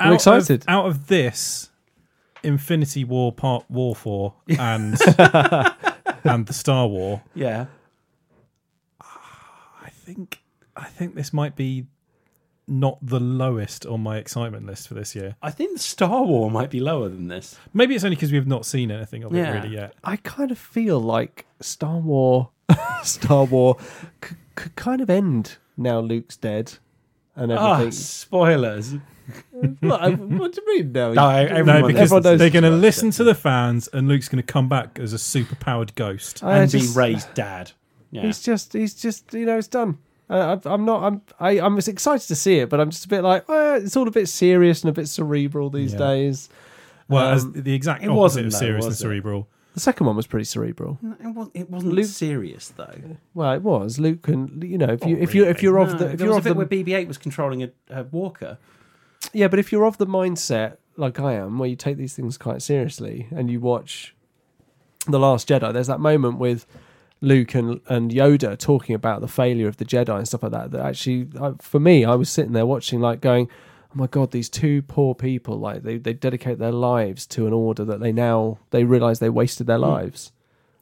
I'm
Out of-
excited.
out of this Infinity War Part War Four and and the Star War.
yeah.
I think I think this might be not the lowest on my excitement list for this year.
I think Star War might be lower than this.
Maybe it's only because we have not seen anything of
Yeah.
it really yet.
I kind of feel like Star War, Star War, c- could kind of end now. Luke's dead, and
Ah,
everything.
spoilers.
what, I- what do you mean now?
No, everyone
No, because
Everyone knows
they're going to
it's-
listen to the fans, and Luke's going to come back as a superpowered ghost.
I
and
just-
be raised dad. Yeah.
He's just, he's just, you know, it's done. I, I- I'm not. I'm. I, I'm just excited to see it, but I'm just a bit like, "Eh, it's all a bit serious and a bit cerebral these
Yeah.
days.
Well, as
Um,
the exact
it
opposite
wasn't
of
though,
serious and
was it?
cerebral.
The second one was pretty cerebral.
it, was, it wasn't
Luke-
serious though.
Well, it was Luke, and you know, if you
Not
if you if
really.
you're of
Oh, No,
the if
there
you're
was
of
a bit
the
where BB-8 was controlling a, a walker.
Yeah, but if you're of the mindset like I am, where you take these things quite seriously, and you watch the Last Jedi, there's that moment with Luke and and Yoda talking about the failure of the Jedi and stuff like that. That actually, I, for me, I was sitting there watching, like going, "Oh my god, these two poor people! Like they they dedicate their lives to an order that they now they realize they wasted their lives.
Hmm.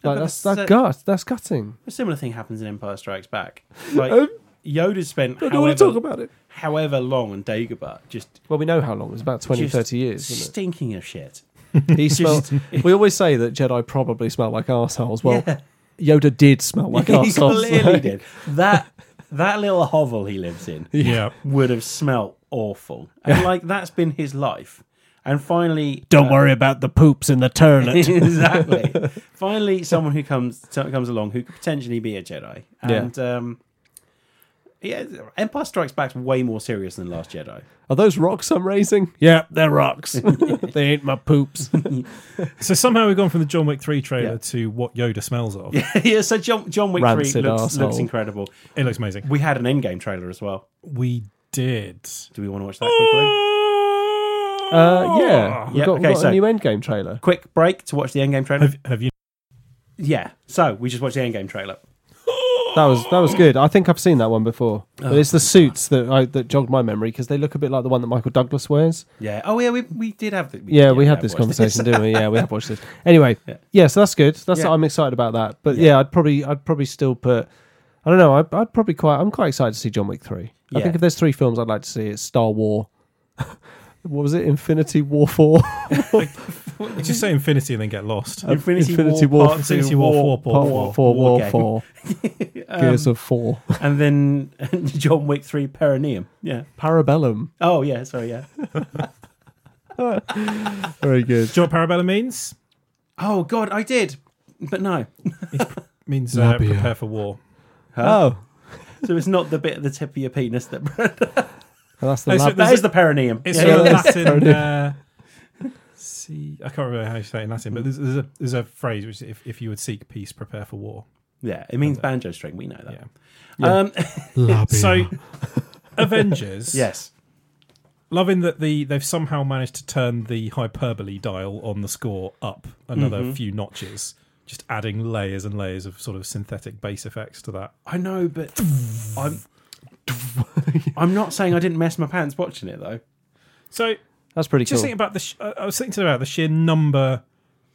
Yeah,
Like
but
that's
that's
that
it.
gut. That's cutting.
A similar thing happens in Empire Strikes Back. Like
Um,
Yoda spent
I don't want to talk
however,
about it.
however long on Dagobah, just
Well, we know how long. It's about 20,
just
30 years. Isn't it?
stinking of shit.
He smelled. we always say that Jedi probably smell like arseholes. Well,
Yeah.
Yoda did smell like
he
arseholes.
clearly did that. That little hovel he lives in
Yeah.
would have smelt awful. And like that's been his life. And finally,
Don't
uh,
worry about the poops in the toilet.
exactly. Finally, someone who comes someone comes along who could potentially be a Jedi,
Yeah.
and um, yeah, Empire Strikes Back's way more serious than Last Jedi.
Are those rocks I'm raising?
yeah, they're rocks. they ain't my poops.
So somehow we've gone from the John Wick 3 trailer
Yeah.
to what Yoda smells of.
yeah, so John John Wick three
Rancid
looks,
arsehole.
looks incredible.
It looks amazing.
We had an Endgame trailer as well.
We did.
Do we want to watch that
Oh.
quickly?
Uh, yeah. We've
Oh. Yeah,
got,
okay,
got
so-
a new Endgame trailer.
Quick break to watch the Endgame trailer.
Have, have you?
Yeah, so we just watched the Endgame trailer.
That was that
Oh.
was good. I think I've seen that one before. But it's the suits that I, that jogged my memory because they look a bit like the one that Michael Douglas wears.
Yeah. Oh yeah, we, we did have the,
Yeah, we had
have
this
watched
conversation, didn't we? Yeah, we have watched this. Anyway,
Yeah.
yeah, so that's good. That's
Yeah.
I'm excited about that. But
Yeah.
yeah. I'd probably I'd probably still put. I don't know. I'd, I'd probably quite. I'm quite excited to see John Wick three. I
Yeah.
think if there's three films I'd like to see, it's Star War. what was it? Infinity War four.
Just say Infinity and then get lost.
Uh, Infinity,
Infinity
War,
War
Part Two,
Infinity War Four, Part
Part
War-
four. Four.
War
War,
game.
four. Gears of four.
Um, and then John Wick Three Perineum. Yeah.
Parabellum.
Oh yeah. Sorry. Yeah.
Very good.
Do you know what Parabellum means?
Oh God, I did, but no.
Means uh, prepare for war.
Oh,
So it's not the bit at the tip of your penis that
well, that's the
Oh, so
lab-
that
There's
is the perineum.
It's
Yeah,
a
yeah.
Latin. Uh, see, I can't remember how you say it in Latin, but there's, there's a there's a phrase which is, if if you would seek peace, prepare for war.
Yeah, it means banjo string. We know that.
Yeah.
Um,
So, Avengers.
yes.
loving that the they've somehow managed to turn the hyperbole dial on the score up another
Mm-hmm.
few notches, just adding layers and layers of sort of synthetic bass effects to that.
I know, but I'm. I'm not saying I didn't mess my pants watching it though.
So
that's pretty
just
cool.
thinking about the, sh- I I was thinking about the sheer number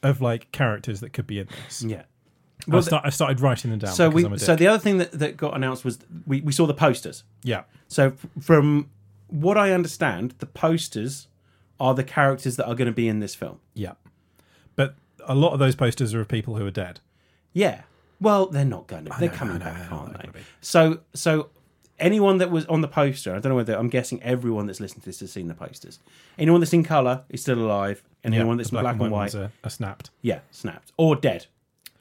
of like characters that could be in this.
Yeah.
I, start, I started writing them down.
So
because I'm
we.
a
So
dick.
the other thing that, that got announced was we, we saw the posters.
yeah,
So f- from what I understand, the posters are the characters that are going to be in this film.
yeah, but a lot of those posters are of people who are dead.
Yeah. Well, they're not going to. They're coming back, aren't they? So, so anyone that was on the poster, I don't know whether I'm guessing everyone that's listened to this has seen the posters. Anyone that's in color is still alive, and
Yeah,
anyone that's
the
black, and white,
ones are, are snapped.
yeah, snapped or dead.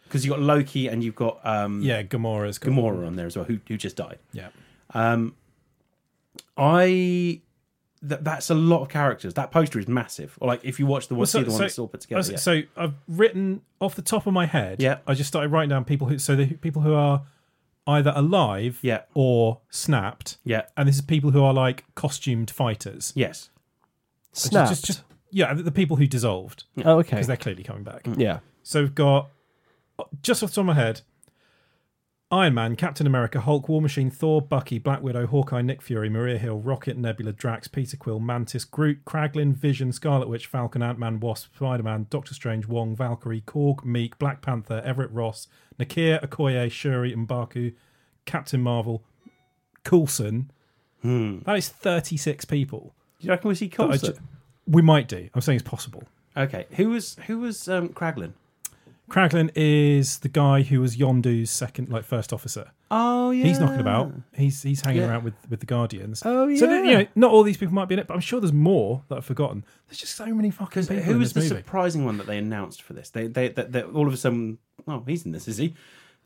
Because you got Loki and you've got um,
Yeah, Gamora's cool.
Gamora on there as well, who who just died.
Yeah,
I. That, that's a lot of characters. That poster is massive. Or like, if you watch the one,
Well, so-
see the one
so-
that's all put together.
So- So
yeah.
I've written off the top of my head.
Yeah.
I just started writing down people who so the people who are either alive
Yeah.
or snapped.
yeah.
And this is people who are like costumed fighters.
Yes.
Just-
Snapped.
Just, just, yeah, the the people who dissolved
oh, okay.
because they're clearly coming back.
Mm.
Yeah.
So we've got just off the top of my head Iron Man, Captain America, Hulk, War Machine, Thor, Bucky, Black Widow, Hawkeye, Nick Fury, Maria Hill, Rocket, Nebula, Drax, Peter Quill, Mantis, Groot, Kraglin, Vision, Scarlet Witch, Falcon, Ant Man, Wasp, Spider Man, Doctor Strange, Wong, Valkyrie, Korg, Meek, Black Panther, Everett Ross, Nakia, Okoye, Shuri, Mbaku, Captain Marvel, Coulson. That is 36 people.
Do you reckon we see
I
Coulson?
ju- we might do. I'm saying it's possible.
Okay. Who was who was um, Kraglin?
Kraglin is the guy who was Yondu's second, like first officer.
Oh yeah.
He's knocking about. He's he's hanging
Yeah.
around with with the Guardians.
Oh,
So that- you
yeah.
know, not all these people might be in it, but I'm sure there's more that I've forgotten. There's just so many fucking people
Who
in
was
this
the
movie.
surprising one that they announced for this? They they, they, they all of a sudden. Oh, he's in this, is he?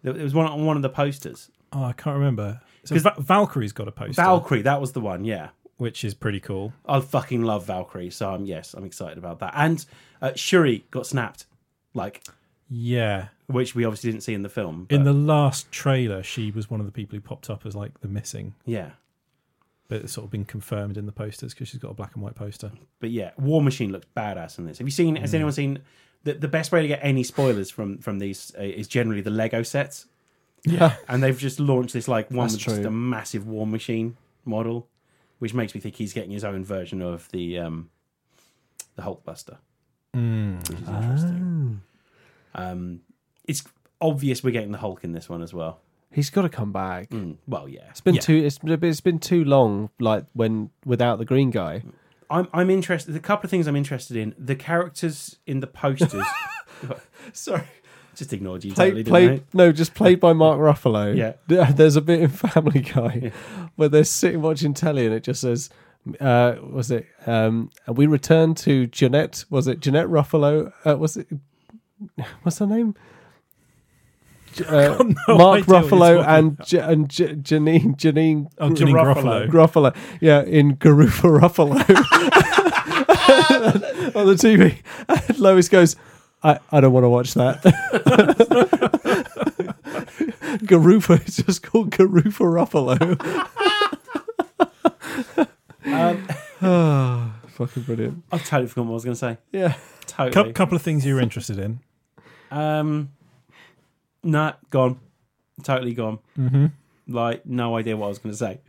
There- It was one on one of the posters.
oh, I can't remember. So
'Cause-
Va- Valkyrie's got a poster,
Valkyrie, that was the one. Yeah,
which is pretty cool.
I fucking love Valkyrie. So I'm yes, I'm excited about that. And uh, Shuri got snapped, like
Yeah.
which we obviously didn't see in the film.
In
but
the last trailer, she was one of the people who popped up as like the missing,
yeah,
but it's sort of been confirmed in the posters because she's got a black and white poster.
but yeah, War Machine looks badass in this. Have you seen?
Mm.
Has anyone seen? The, the best way to get any spoilers from from these uh, is generally the Lego sets.
Yeah.
and they've just launched this like one
That's
with just
true.
a massive war machine model, which makes me think he's getting his own version of the um, the Hulkbuster,
Mm.
which is interesting.
Ah.
Um, it's obvious we're getting the Hulk in this one as well.
He's got to come back.
Mm, well, yeah,
It's been
Yeah.
too. It's, it's been too long. Like when without the green guy.
I'm I'm interested. A couple of things I'm interested in: the characters in the posters.
Sorry.
just ignored you
Play,
totally,
play-
didn't
no, just played by Mark Ruffalo.
Yeah.
There's a bit in Family Guy where they're sitting watching telly and it just says uh, was it? Um, and we returned to Jeanette. Was it Jeanette Ruffalo? Uh, was it? What's her name? J- uh,
no
Mark
idea what you're
Ruffalo
talking
and J- and J- Janine Janine
Oh, Janine Garofalo.
Gruffalo. Yeah, in Garufa Ruffalo on the TV. And Lois goes, I, I don't want to watch that. Garufa is just called Garufa Ruffalo.
Um,
Ah, fucking brilliant.
I've totally forgotten what I was going to say.
Yeah.
Cou-
Totally.
couple of things you're interested in.
Um, nah, gone. Totally gone.
Mm-hmm.
Like, no idea what I was going to say.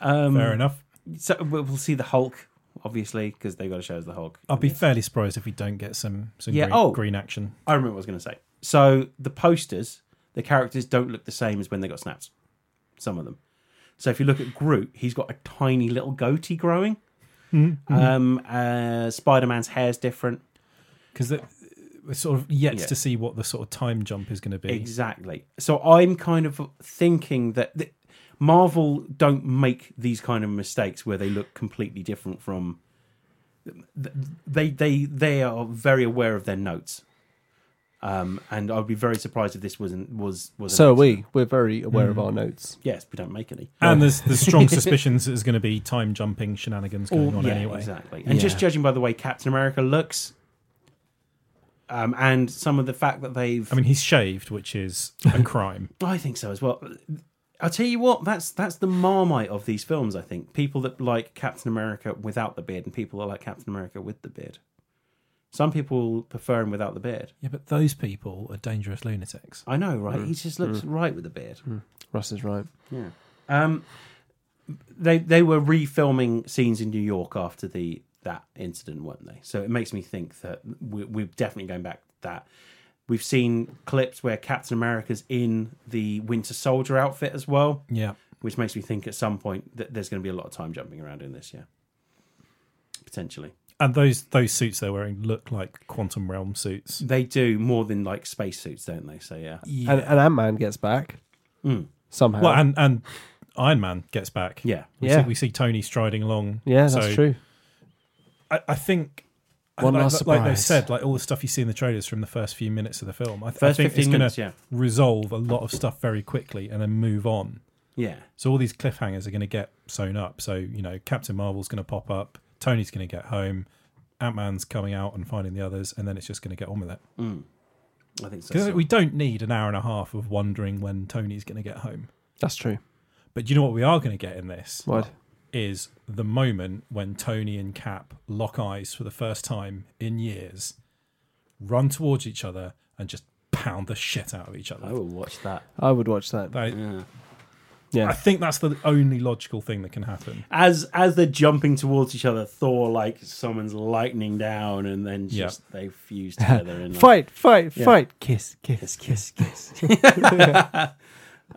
Um,
Fair enough.
So we'll we'll see the Hulk, obviously, because they've got to show us the Hulk.
I'll be
Yes.
fairly surprised if we don't get some, some
Yeah,
green,
oh.
green action.
I remember what I was going to say. So the posters, the characters don't look the same as when they got snapped. Some of them. So if you look at Groot, he's got a tiny little goatee growing.
Mm-hmm.
Um, uh, Spider Man's hair's different.
Because we're sort of yet
Yeah.
to see what the sort of time jump is going to be.
Exactly. So I'm kind of thinking that, that Marvel don't make these kind of mistakes where they look completely different from. They they they are very aware of their notes, um, and I'd be very surprised if this wasn't was was. an
So are
accident.
we. We're very aware
Mm.
of our notes.
Yes, we don't make any.
And there's the strong suspicions that there's going to be time jumping shenanigans going on
Oh, yeah,
anyway.
exactly. And just judging by the way Captain America looks, um, and some of the fact that they've,
I mean, he's shaved, which is a crime.
I think so as well. I'll tell you what, that's that's the marmite of these films. I think people that like Captain America without the beard, and people that like Captain America with the beard. Some people prefer him without the beard.
yeah, but those people are dangerous lunatics.
I know, right? He just looks right with the beard.
Russ is right.
Yeah. Um, they they were refilming scenes in New York after the that incident, weren't they? So it makes me think that we, we're definitely going back to that. We've seen clips where Captain America's in the Winter Soldier outfit as well,
Yeah.
which makes me think at some point that there's going to be a lot of time jumping around in this, yeah. Potentially,
And those those suits they're wearing look like quantum realm suits.
they do more than like spacesuits, don't they? So yeah,
And, and Ant Man gets back
Mm.
somehow.
Well, and and Iron Man gets back.
yeah.
We,
Yeah.
see, we see Tony striding along.
yeah, that's
So
true.
I, I think.
One
like,
last
like they
surprise.
said, like all the stuff you see in the trailers from the first few minutes of the film, I, th- I
First
think it's
fifteen
going
minutes,
to
yeah,
resolve a lot of stuff very quickly and then move on.
yeah,
So all these cliffhangers are going to get sewn up. So you know, Captain Marvel's going to pop up, Tony's going to get home, Ant Man's coming out and finding the others, and then it's just going to get on with it.
I think so.
Because we don't need an hour and a half of wondering when Tony's going to get home.
That's true.
But you know what we are going to get in this is
What?
the moment when Tony and Cap lock eyes for the first time in years, run towards each other, and just pound the shit out of each other.
I
Oh.
will watch that.
I would watch that.
They-
Yeah.
Yeah.
I think that's the only logical thing that can happen.
as as they're jumping towards each other, Thor like summons lightning down, and then just they fuse together and like,
Fight, fight,
Yeah.
fight. Kiss, kiss.
kiss, kiss, kiss.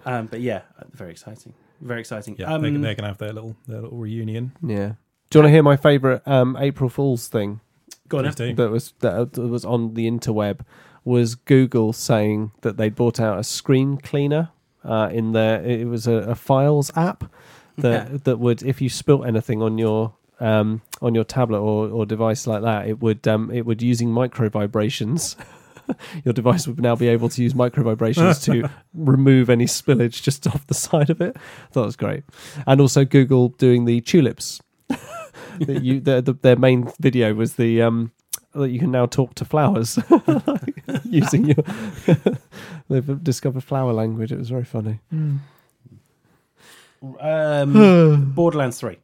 um, but yeah, very exciting, very exciting.
Yeah,
um,
they, they're going to have their little their little reunion.
Yeah. Do you want to hear my favorite um, April Fool's thing
go on,
Please
F.
do.
that was that was on the interweb? Was Google saying that they'd bought out a screen cleaner uh, in their it was a, a files app that
Yeah.
that would if you spilt anything on your um, on your tablet or, or device like that, it would um, it would using micro vibrations. your device would now be able to use micro vibrations to remove any spillage just off the side of it. I thought it was great, and also Google doing the tulips. that you their, the, their main video was the um, that you can now talk to flowers using your. They've discovered flower language. It was very funny.
Um, Borderlands Three.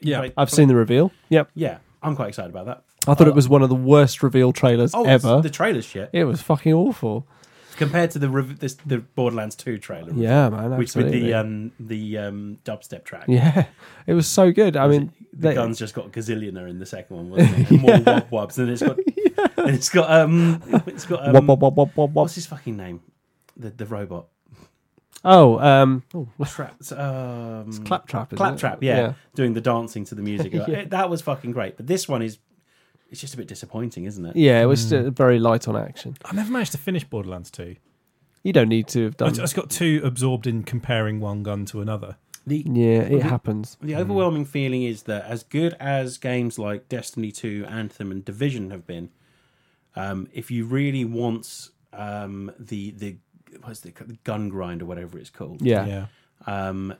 Yeah.
Like,
I've seen the reveal. Yep.
Yeah, I'm quite excited about that.
I thought it was one of the worst reveal trailers
Oh, it's
ever.
the trailer shit
it was fucking awful.
compared to the rev- this, the Borderlands Two trailer,
Yeah, man. Absolutely.
which with the um the um dubstep track.
yeah, it was so good. I mean,
The
they-
gun's just got gazillioner in the second one, wasn't it? And more wob wobs, and it's got and it's got um it's got um,
wop, wop, wop, wop, wop, wop.
what's his fucking name? The the robot.
Oh, um, oh,
Traps um
claptrap. isn't it?
Claptrap, yeah, Doing the dancing to the music. It- that was fucking great. But this one is it's just a bit disappointing, isn't it?
yeah, It was uh, very light on action.
I never managed to finish Borderlands 2.
You don't need to have
I
done.
just got too absorbed in comparing one gun to another.
The
Yeah, it
the-
happens.
The overwhelming feeling is that as good as games like Destiny 2, Anthem, and Division have been, um, if you really want um, the the what's it called? the gun grind or whatever it's called,
Yeah.
yeah.
um,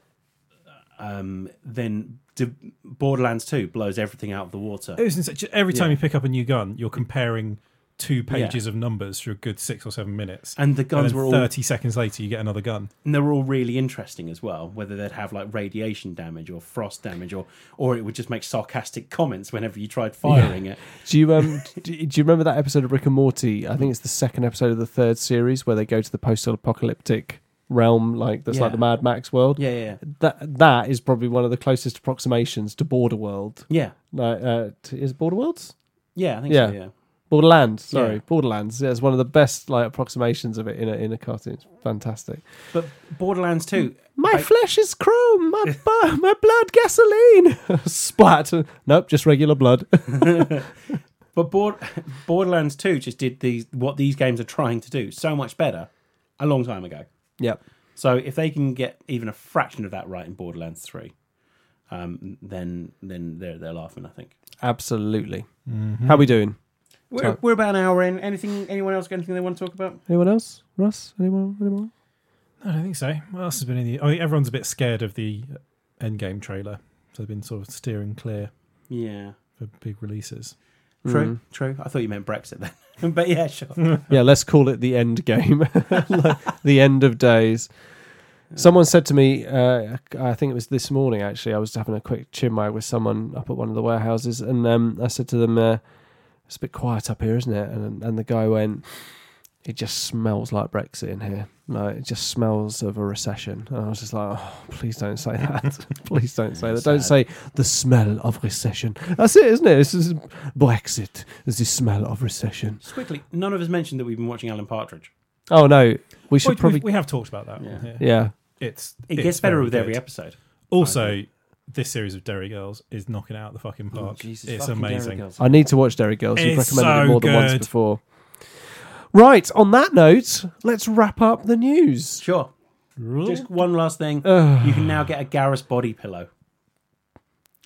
um, then D- Borderlands 2 blows everything out of the water.
It
Oh.
was insane. Ju- Every time you
Yeah.
pick up a new gun, you're comparing two pages of numbers for a good six or seven minutes.
And the guns
then
were all
30 seconds later, you get another gun.
and they were all really interesting as well. Whether they'd have like radiation damage or frost damage, or or it would just make sarcastic comments whenever you tried firing it.
Do you um do, do you remember that episode of Rick and Morty? I think it's the second episode of the third series where they go to the post-apocalyptic realm, like that's
Yeah.
like the Mad Max world.
Yeah, yeah,
That that is probably one of the closest approximations to Borderworld.
yeah,
Like, uh, t- is Borderworlds?
yeah. I think
Yeah.
so. Yeah.
Borderlands, sorry,
Yeah.
Borderlands. Yeah, it's one of the best like approximations of it in a in a cartoon. It's fantastic.
But Borderlands 2,
My
I-
flesh is chrome. My bu- my blood gasoline. Splat. Nope, just regular blood.
but Bord- Borderlands 2 just did these what these games are trying to do so much better a long time ago.
yep.
So if they can get even a fraction of that right in Borderlands 3, um, then then they're they're laughing. I think
Absolutely.
Mm-hmm.
Hmm.
How we doing?
we're, we're about an hour in. Anything? Anyone else got anything they want to talk about?
Anyone else? Russ? Anyone? Anyone?
No, I don't think so. What else has been in the. I think everyone's a bit scared of the Endgame trailer. So they've been sort of steering clear
Yeah.
for big releases. Mm.
True, true. I thought you meant Brexit then, but yeah, sure.
Yeah, let's call it the end game, Like, the end of days. Someone said to me, uh, I think it was this morning actually. I was having a quick chinwag with someone up at one of the warehouses, and um, I said to them, uh, "It's a bit quiet up here, isn't it?" And and the guy went, "It just smells like Brexit in here. Like it just smells of a recession." And I was just like, oh, "Please don't say that. please don't say that. Don't say the smell of recession. That's it, isn't it? This is Brexit. It's the smell of recession."
Just quickly, none of us mentioned that we've been watching Alan Partridge.
Oh no, we should
Well,
probably.
we have talked about that.
Yeah.
yeah,
It's
It
it's
gets better
very
with every
good.
episode.
Also, this series of Dairy Girls is knocking it out of the Oh, fucking
Oh,
park. it's amazing.
I need to watch Derry Girls. You've
It's
recommended it
so
more than once
good.
before. Right. On that note, let's wrap up the news.
Sure. Just one last thing.
Ugh.
you can now get a Garrus body pillow.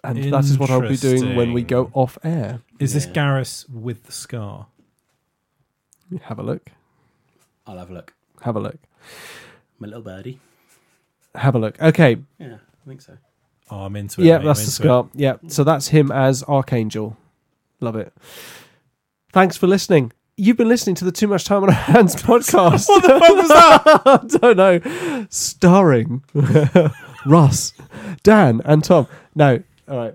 And that is what I'll be doing when we go
Interesting.
off air.
Is this
Yeah.
Garrus with the scar?
Have a look.
I'll have a look.
Have a look.
My little birdie.
Have a look. Okay.
Yeah, I think so.
Oh, I'm into it.
Yeah,
mate,
that's
I'm
the
into
scar.
it.
Yeah. So that's him as Archangel. Love it. Thanks for listening. You've been listening to the Too Much Time on Our Hands podcast. what the fuck was that? I don't know. Starring Russ, Dan, and Tom. No. All right.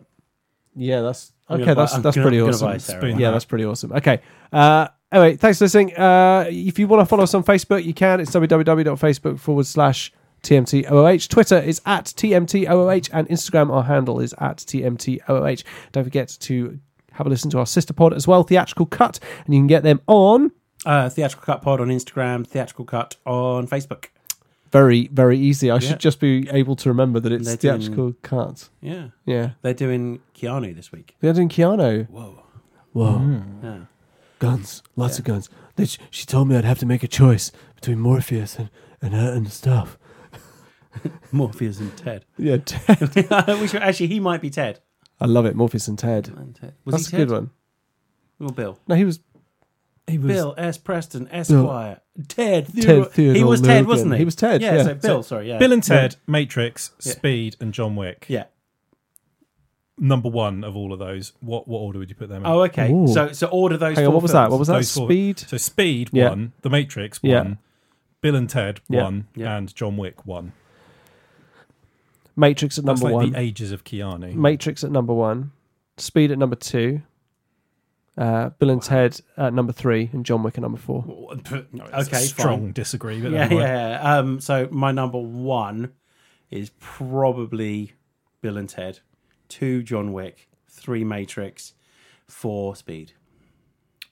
Yeah, that's
I'm
okay.
gonna buy-
That's
I'm
that's
gonna-
pretty
I'm gonna
awesome.
buy Sarah
Spoon.
one.
Yeah, that's pretty awesome. Okay. Uh, anyway, thanks for listening. Uh, if you want to follow us on Facebook, you can. It's www.facebook forward slash TMTOOH. Twitter is at TMTOOH and Instagram, our handle is at TMTOOH. Don't forget to have a listen to our sister pod as well, Theatrical Cut, and you can get them on
Uh, Theatrical Cut Pod on Instagram, Theatrical Cut on Facebook.
very, very easy. I
Yeah.
should just be able to remember that it's
They're doing-
Theatrical Cut.
Yeah.
Yeah.
They're doing Keanu this week.
They're doing Keanu.
Whoa.
Whoa.
Hmm.
Yeah.
Guns. Lots of guns. They, she, she told me I'd have to make a choice between Morpheus and, and her and stuff.
Morpheus and Ted.
Yeah.
we should, actually, he might be Ted.
I love it. Morpheus and Ted.
And Ted. Was
That's a
he Ted?
good one.
Or Bill?
No, he was
He was
Bill S. Preston, Esquire. Ted.
Ted Theodore
he was Ted,
Logan.
wasn't he?
He was Ted,
Yeah,
yeah.
so Bill, sorry. Yeah.
Bill and Ted, Matrix,
Yeah.
Speed, and John Wick.
Yeah.
Number one of all of those. What what order would you put them in?
Oh, okay.
Ooh.
So so order those.
Hang
four
on, what was
films.
that? What was that?
Those four-
Speed.
So Speed
Yeah.
one, The Matrix
Yeah.
one, Bill and Ted
Yeah.
one,
Yeah.
and John Wick one.
Matrix at
That's
number
like
one.
the ages of Keanu.
Matrix at number one. Speed at number two. Uh, Bill and Ted at number three, and John Wick at number four.
That's a
Okay,
strong
fine.
disagree. But
Yeah,
never mind.
yeah. Um, so my number one is probably Bill and Ted, two John Wick, three Matrix, four Speed.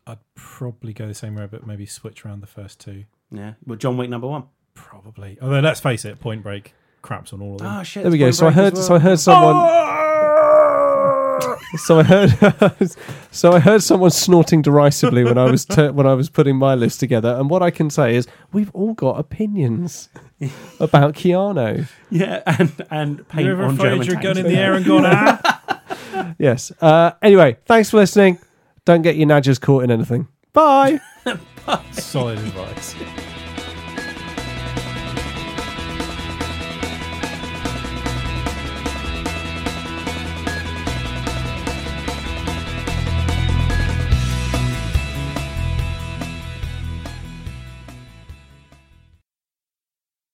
I'd probably go the same way, but maybe switch around the first two.
Yeah, well, John Wick number one.
Probably. Although let's face it, Point Break craps on all of them.
Oh shit!
There we go.
that's
So I
Point Break
heard.
as
So I
well. Oh!
heard someone.
Ah.
so I heard. so I heard someone snorting derisively when I was t- when I was putting my list together. And what I can say is, we've all got opinions. about Keanu.
Yeah, and and paint
you ever
on
fired
German
your gun
tanks.
in the air and gone ah?
Yes. Uh, anyway, thanks for listening. Don't get your nudges caught in anything. Bye.
Solid advice.